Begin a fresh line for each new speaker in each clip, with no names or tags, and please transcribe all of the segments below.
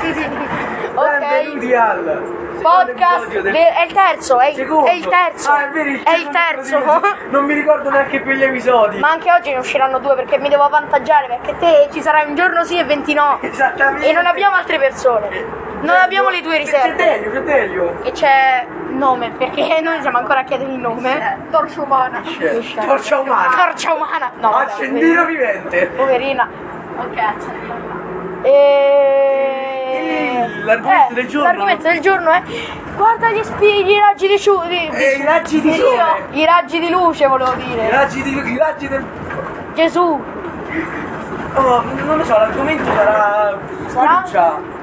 sì, sì.
Benvenuti
Ok.
al secondo
Podcast.
episodio del-
Beh, È il terzo, è il,
Secondo.
è il terzo.
Ah, è vero, il
È il terzo.
secondo episodio. Non mi ricordo neanche più gli episodi.
Ma anche oggi ne usciranno due perché mi devo avvantaggiare perché te ci sarai un giorno sì e 20 no.
Esattamente.
E non abbiamo altre persone. Non abbiamo le tue
C'è
riserve.
Delio, c'è Delio.
E c'è nome perché noi siamo ancora a chiedere il nome.
Torcia umana.
Liscia.
Torcia Cioè, umana.
Torcia umana. No.
Ah,
vabbè,
Accendino vivente.
Poverina.
Ok, accendiamo.
E...
Eh, l'argomento del giorno.
L'argomento del giorno è guarda gli spigli, i raggi di ciu- di-
E i raggi di
Io-
sole.
I raggi di luce volevo
I
dire.
raggi, di, I raggi del...
Gesù.
Oh, non lo so, l'argomento sarà...
Sarà?
Spiccia.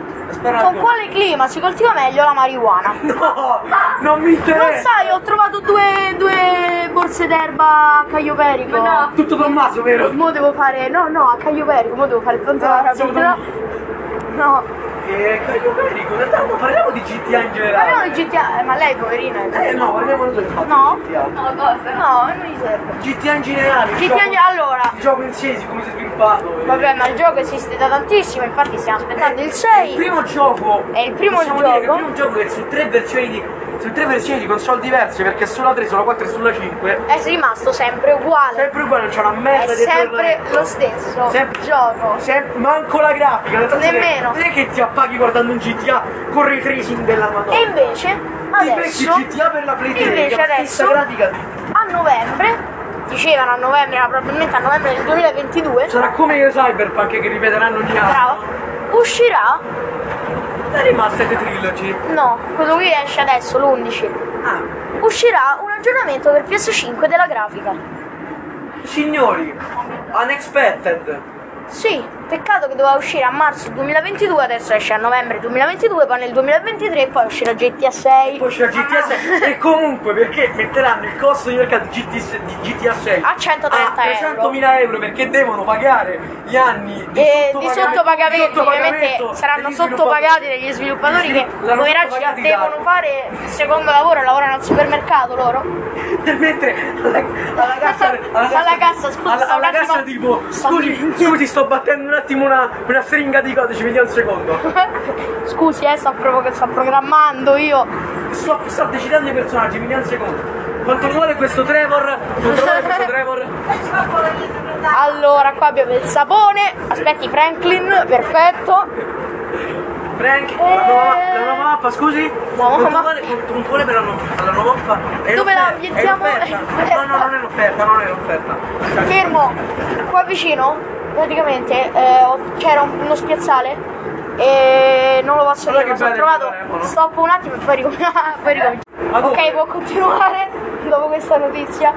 Con
Spero l'argomento.
quale clima si coltiva meglio la marijuana?
No, non
Non
mi interessa.
sai, ho trovato due, due borse d'erba a Caio Perico.
No.
Tutto Tommaso, vero?
Mo devo fare. No, no, a Caio Perico, mo devo fare tanto
Ah,
la
siamo
rapida. No.
E Caio Perico, in realtà non parliamo di GTA in generale.
Parliamo di GTA. eh, Ma lei poverina. è-
Eh no, parliamo del fatto
No.
di GTA.
No, cosa?
No, non gli serve.
GTA in generale. il
GTA
Ah, gioco-
allora.
Il gioco in sé, come si è sviluppato. eh.
Vabbè, ma il gioco esiste da tantissimo, infatti stiamo aspettando il
Il
6.
primo gioco.
È il primo
possiamo
gioco.
Dire che è il primo gioco che su tre versioni di. Su tre versioni di console diverse, perché sulla 3, sulla 4 e sulla 5.
È rimasto sempre uguale.
Sempre uguale, non c'è una
È
merda dietro
sempre
l'orecchio.
lo stesso
Sempre-
gioco.
Sem- manco la grafica, nel senso che-
Nemmeno.
Non è che ti appaghi guardando un GTA con ray tracing della Madonna.
E invece,
Ti becchi
adesso.
GTA per la Play 3,
invece
la stessa
adesso-
grafica.
a novembre dicevano a novembre ma probabilmente a novembre del 2022
Sarà come Cyberpunk che ripeteranno ogni anno.
bravo uscirà
È rimasta The Trilogy.
no quello qui esce adesso l'11
Ah,
uscirà un aggiornamento per PS5 della grafica
signori, unexpected.
sì peccato che doveva uscire a marzo 2022 adesso esce a novembre 2022 poi nel 2023 e poi uscirà GTA 6
Poi c'è GTA
Ah.
6 e comunque perché metteranno il costo di mercato GT di GTA 6
A 130
a
euro.
300.000 Ah, euro perché devono pagare gli anni di,
e Eh, di
sottopaga-
sottopagamenti
di
ovviamente
sottopagamento
saranno
degli sviluppatori.
sottopagati dagli sviluppatori
Gli
che
svilu- l'hanno
poveracci
sottopagati
devono
da-
fare il secondo lavoro lavorano al supermercato loro
Mentre alla, alla cassa,
Alla cassa, scusa,
alla, alla
un attimo.
cassa tipo
Sto
scusi, scusi sto battendo un attimo una, una stringa di codici, vediamo un secondo.
Scusi, eh, sto, provo- sto programmando io.
Sto, sto decidendo i personaggi, vediamo un secondo. Quanto vuole questo Trevor? Quanto vuole questo Trevor?
Allora, qua abbiamo il sapone. Aspetti, Franklin, perfetto.
Frank, la, nuova, la nuova mappa, scusi?
Eh. Nuova
non
mappa.
Vale, non vuole però non- la nuova mappa. È
Dove la
l'offerta,
ambientiamo?
è l'offerta. No, no, non è l'offerta, non è l'offerta.
Fermo, qua vicino, praticamente eh, ho- c'era un- uno spiazzale. E non lo posso
Guarda
dire, ma
che
sono
bello il
trovato.
telefono.
Stop un attimo e poi ricominciamo. poi ricominciamo.
Ma dove?
ok, può continuare dopo questa notizia.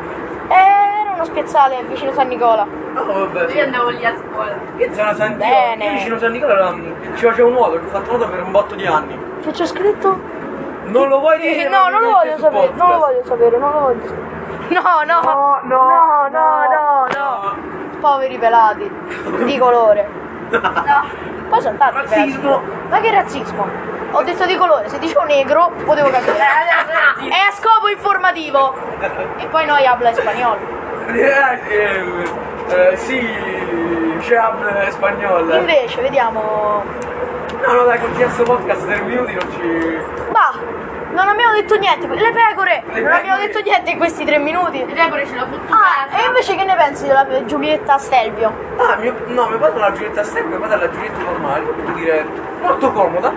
Era uno spiazzale vicino San Nicola.
Oh, vabbè.
Io andavo lì a scuola.
Io sono San
Bene.
Io vicino San Nicola era- mm, ci facevo un nuoto, ci ho fatto un nuoto per un botto di anni.
Che c'è scritto?
Non lo vuoi dire?
Eh, no,
ma
non
mi
lo
metti
voglio
su
sapere,
podcast.
non lo voglio sapere, non lo voglio sapere. No, no,
No,
no, no,
no,
no,
no.
no. Poveri pelati di colore. No. Poi sono tanti pelati.
Razzismo.
Ma che razzismo? Ho detto di colore, se dicevo negro potevo capire. È a scopo informativo. E poi noi habla spagnolo.
Eh, eh, eh, sì, c'è habla spagnola.
Invece, vediamo.
No, no, dai, con questo podcast del minuti non ci...
Bah, non abbiamo detto niente. Le pecore! non
pecore.
abbiamo detto niente in questi tre minuti.
Le pecore ce l'ho buttata.
Ah, e invece che ne pensi della Giulietta Stelvio?
Ah, mio, no, mio padre ha la giulietta step, mio padre ha la giulietta normale, voglio dire, molto comoda.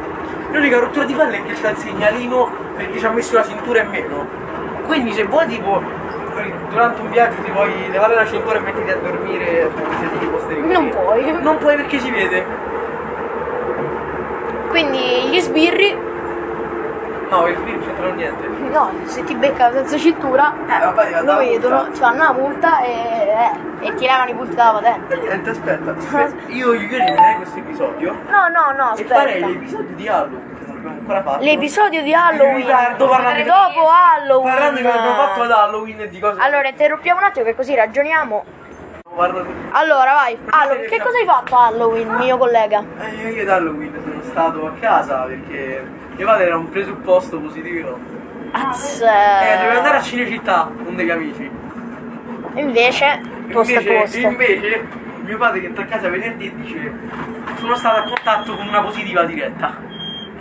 L'unica rottura di palle è che c'ha il segnalino perché ci ha messo la cintura in meno. Quindi se vuoi tipo durante un viaggio ti vuoi levare la cintura e mettiti a dormire eh, se ti posteriori.
Non puoi.
Non puoi perché si vede.
Quindi gli sbirri
No, il film c'entra niente.
No, se ti becca senza cintura
Eh, vabbè, ti va
Eh, lo
data la
vedono,
multa.
ti fanno una multa e, eh, e ti levano i punti dalla patente.
E niente, aspetta, aspetta. Io io eliminerei questo episodio
No, no, no,
e farei
aspetta.
l'episodio di Halloween, che non abbiamo ancora fatto.
L'episodio di
In
Halloween.
ritardo, parlando di-
Dopo Halloween.
Parlando di come abbiamo fatto ad Halloween e di cosa
Allora, interrompiamo un attimo che così ragioniamo.
Guarda-
Allora, vai. Halloween, che cosa hai fatto a Halloween, mio collega?
Eh, io io ad Halloween sono stato a casa perché mio padre era un presupposto positivo.
Az-
Eh, dovevo andare a Cinecittà con degli amici.
Invece, post a
invece,
post.
invece, mio padre che entra a casa venerdì e dice sono stato a contatto con una positiva diretta.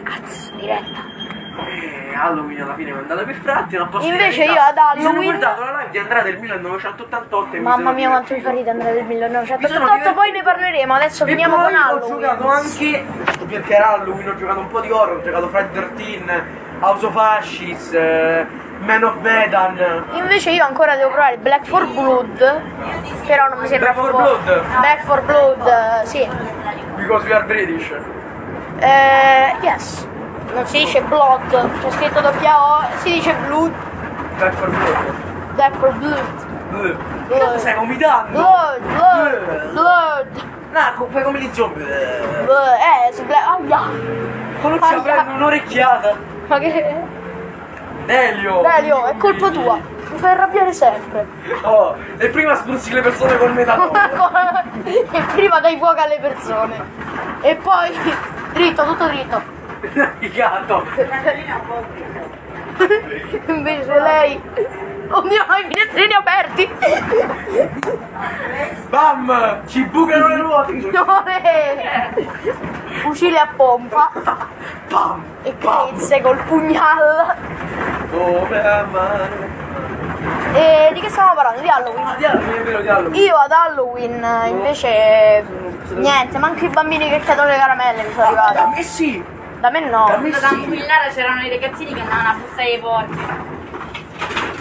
Cazzo, diretta.
E Halloween alla fine mi è andata per fratti, non posso dire
Invece
la verità.
io ad
Mi sono
Halloween-
guardato la live di Andrea del 1988 e mi sono
Mamma mia, quanto mi
divertito.
fa ridere Andrea del
Mi sono
1988,
divertito.
poi ne parleremo, adesso
E
finiamo
poi
Cioè, con Halloween.
ho giocato anche, perché era Halloween, ho giocato un po' di horror, ho giocato Friday 13, House of Ashes, eh, Man of Medan,
Invece io ancora devo provare Black for Blood, però non mi sembra
Back 4
proprio...
Blood?
Black for Blood, eh, sì.
Because We Are British.
Eh, yes. Non si dice blood, c'è scritto doppia O, si dice blood,
Back for Blood.
Black for Blood.
Bleh. Tanto Eh. Stai vomitando?
Blood,
Bleh.
blood, blood.
No, co- poi come gli zombie. Bleh.
blood. Eh, su Black... Aia.
Quello ci
Aia.
prende un'orecchiata.
Ma che...
Delio!
Dario, è colpa tua, mi fai arrabbiare sempre.
Oh, e prima spruzzi le persone col metallo.
e prima dai fuoco alle persone. E poi... Dritto, tutto dritto.
Navigato.
Invece lei... Oddio, hai i finestrini aperti!
Bam! Ci bucano le ruote.
Signore! Fucile a pompa
Bam!
e crezze col pugnal.
Come la Oh, mano.
E di che stiamo parlando? Di Halloween.
Ah, dialogo, è vero dialogo.
Io ad Halloween eh, invece niente, manco i bambini che chiedono le caramelle mi sono
Ah, Da
arrivati.
me sì!
Da me
Da
no.
me
Quando da
sì!
Anquillara c'erano i ragazzini che andavano a bussare ai porti.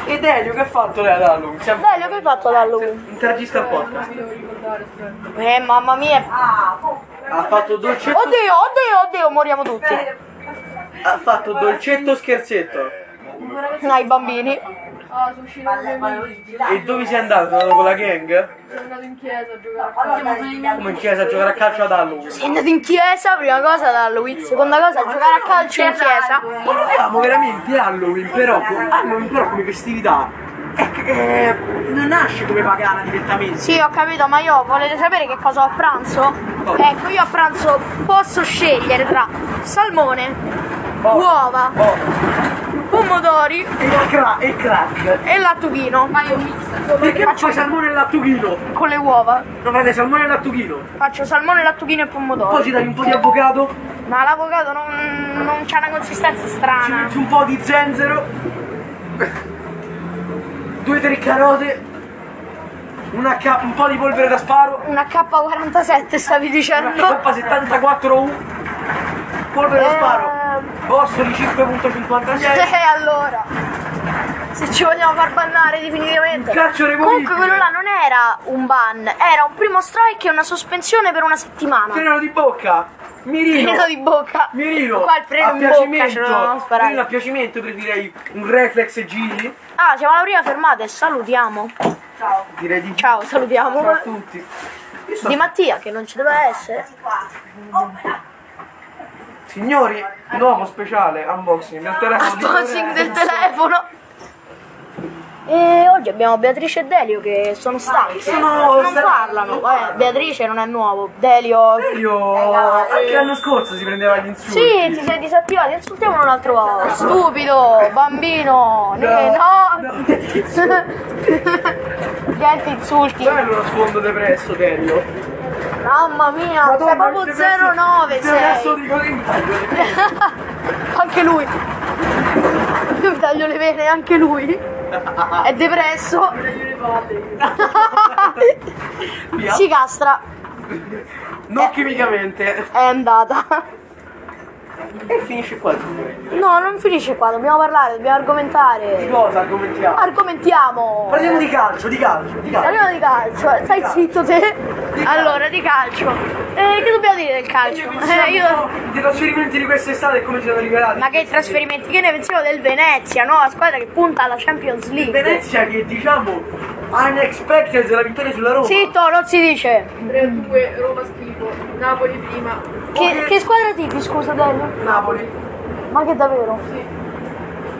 E Delio che ha fatto lei ad Halloween? Cioè,
Delio, che hai fatto ad Halloween?
Interagista al podcast.
Eh mamma mia.
Ha fatto dolcetto.
Oddio, oddio, oddio, moriamo tutti.
Ha fatto dolcetto scherzetto.
Ai bambini.
Ah, sono uscito con i miei amici.
E dove sei andato? Sei andato con la gang?
Sono andato in chiesa a giocare a calcio.
Siamo con i miei
Come in chiesa a giocare a calcio ad Halloween.
Sei andato in chiesa, prima cosa ad Halloween, seconda cosa giocare a calcio in chiesa.
Ma noi avevamo veramente Halloween però, Halloween però come festività è che- eh, non nasce come pagana direttamente.
Sì, ho capito, ma io volete sapere che cosa ho a pranzo? Ecco, io a pranzo posso scegliere tra salmone, uova,
Oh,
pomodori
e, cra- e crack.
e lattughino
Ma io mix.
Perché non fai salmone e lattughino?
con le uova.
Non fate salmone e lattughino.
Faccio salmone, lattughino e
Poi
pomodori.
ci dai un po' di avocado,
Ma l'avocado non, non c'ha una consistenza
ci
strana.
metti un po' di zenzero, due o tre carote, una ca- un po' di polvere da sparo,
Una K47 stavi
una
dicendo?
coppa 74U, polvere da sparo,
Ehm.
bossoli 5.56.
Eh allora, se ci vogliamo far bannare definitivamente.
Calcio removibile.
Comunque quello là non era un ban, era un primo strike e una sospensione per una settimana.
Freno di bocca! Mirino!
Freno di bocca.
Mirino!
Qua il freno
a
in bocca, ce
piacimento!
lo dobbiamo
Mirino a
sparare.
piacimento preferirei un reflex e giri.
Ah, siamo alla prima fermata e salutiamo.
Ciao.
Direi di
Ciao,
Ciao a
salutiamo.
tutti. Io sto-
Di Mattia, che non ci doveva essere.
Signori, nuovo speciale unboxing del telefono. di
Unboxing del
Lorenzo.
telefono. E oggi abbiamo Beatrice e Delio che sono stanchi.
Sono-
Non parlano. Vabbè, Beatrice non è nuovo. Delio.
Io anche l'anno scorso si prendeva gli insulti.
Sì, ti sei disattivato, insultiamolo un'altra volta. Stupido, bambino, ne-
No,
eh, no. Niente insulti.
Bello lo sfondo depresso, Delio.
Mamma mia, sei proprio 09
Adesso
sei.
dico che
Anche lui. Io mi taglio le vene, anche lui. È depresso.
Via.
si castra.
Non chimicamente.
È andata.
E finisce qua il video.
No, non finisce qua, dobbiamo parlare, dobbiamo
Di
argomentare.
cosa argomentiamo?
Argomentiamo.
Parliamo di calcio, di calcio, di calcio.
Parliamo di calcio, stai zitto te. Allora, di calcio. Eh, che dobbiamo dire del calcio? Eh, io-
I trasferimenti di quest'estate e come ci sono rivelati.
Ma che trasferimenti, che ne pensiamo del Venezia, no? La squadra che punta alla Champions League.
Venezia che diciamo unexpected la vittoria sulla Roma.
Zitto, non si dice.
3 a 2, Roma schifo, Napoli prima.
Che, che squadra tipi, scusa, Dario?
Napoli.
Ma che davvero?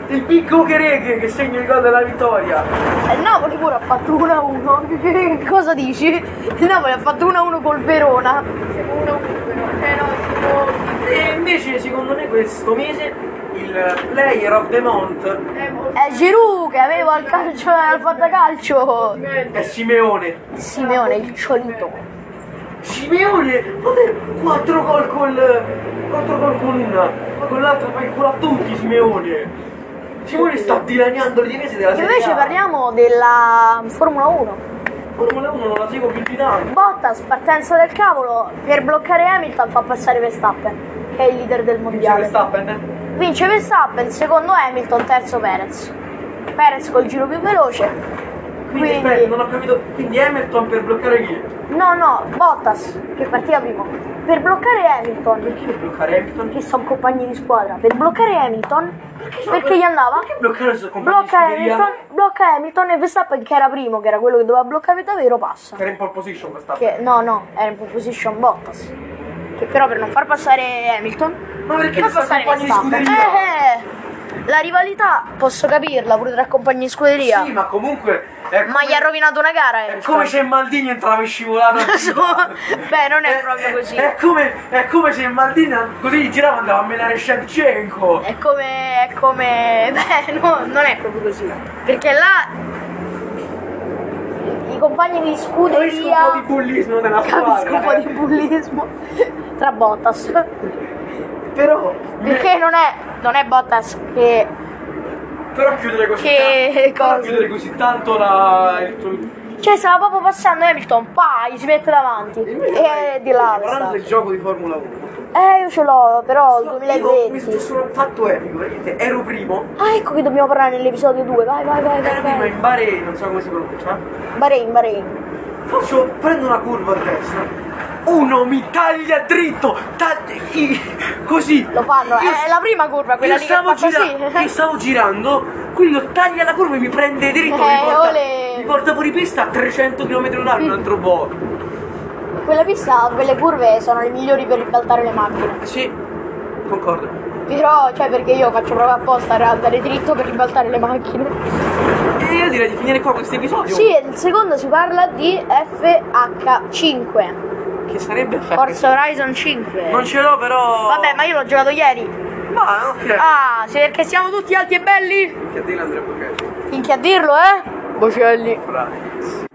Il picco Chereghe che segna il gol della vittoria.
Eh, Il Napoli pure ha fatto 1-1. Cosa dici? Il Napoli ha fatto 1-1 col Verona.
Siamo 1 a 1 però. Eh no, siamo...
E invece secondo me questo mese il player of the month
Eh, mo-
È Giroud che aveva il eh, calcio al fantacalcio.
Simeone.
è Simeone.
Simeone, il ciolito.
Simeone, fate 4 gol col. 4 gol con una, ma con l'altra fa il culo a tutti Simeone. Simeone sta dilaniando le difese della Serie A.
Invece parliamo della Formula 1.
Formula 1 non la seguo più di tanto.
Bottas, partenza del cavolo, per bloccare Hamilton fa passare Verstappen, che è il leader del
Vince
mondiale.
Verstappen, eh?
Vince Verstappen, secondo Hamilton, terzo Perez. Perez col giro più veloce.
Quindi, aspetta, non ho capito. Quindi Hamilton per bloccare chi?
No, no, Bottas, che partiva primo. Per bloccare Hamilton,
Perché deve bloccare Hamilton?
che sono compagni di squadra, per bloccare Hamilton, perché, gli andava?
Perché bloccare il suo compagno
Blocca
di scuderia?
Hamilton, blocca Hamilton e Verstappen, che era primo, che era quello che doveva bloccare davvero, passa.
Era in pole position Verstappen.
Che, no, no, era in pole position Bottas. Che però per non far passare Hamilton,
Ma perché
fa
sono
passare
compagni di
Verstappen.
scuderia?
Eh, eh, la rivalità posso capirla pure tra compagni di scuderia.
Sì, ma comunque. ecco, È
ma gli ha rovinato una gara. eh.
È
Hamilton.
Eh, come se Maldini entrava in scivolata.
Beh, non è proprio così.
È come, è come se Maldini così girava e andava a menare Shevchenko.
È come. È come. Beh, no, non è proprio così. Perché là. I compagni di
Capisco un po' di
scuderia.
bullismo nella
Capisco un po'
squadra. eh.
di bullismo. Tra Bottas.
Però.
Perché non è. Non è Bottas che.
Però chiudere così
Che
tanto. però
cosa?
chiudere così tanto la. il tuo-
Cioè, stava proprio passando Hamilton. Pa! Gli si mette davanti. E di là.
Parlando del
sta.
gioco di Formula 1.
Eh, io ce l'ho, però. il
Io mi sono
2020.
solo un fatto epico, veramente ero primo,
Ah, ecco che dobbiamo parlare nell'episodio 2. Vai, vai, vai, vai.
ero primo
vai.
in Bahrain, non so come si pronuncia.
Bahrain, Bahrain.
Faccio, prendo una curva a destra. Uno mi taglia dritto, ta- i- così.
Lo fanno,
Io-
è la prima curva, quella
io
lì che
stavo
fa così.
gira- io stavo girando, quindi lo taglia la curva e mi prende dritto.
Eh, Mm.
mi, porta,
olè.
mi porta fuori pista a 300 km h un altro po'.
Quella pista, quelle curve sono le migliori per ribaltare le macchine.
Eh, Sì, concordo.
Però, cioè, perché io faccio proprio apposta cioè, a andare dritto per ribaltare le macchine.
E io direi di finire qua questo episodio.
Sì, e il secondo si parla di FH5.
Che sarebbe
Forza Horizon 5.
Non ce l'ho però.
Vabbè, ma io l'ho giocato ieri.
Ma ok.
Ah, se perché siamo tutti alti e belli.
Che a te andrebbe ok.
Finché a dirlo, eh? Bocelli.
Bravi.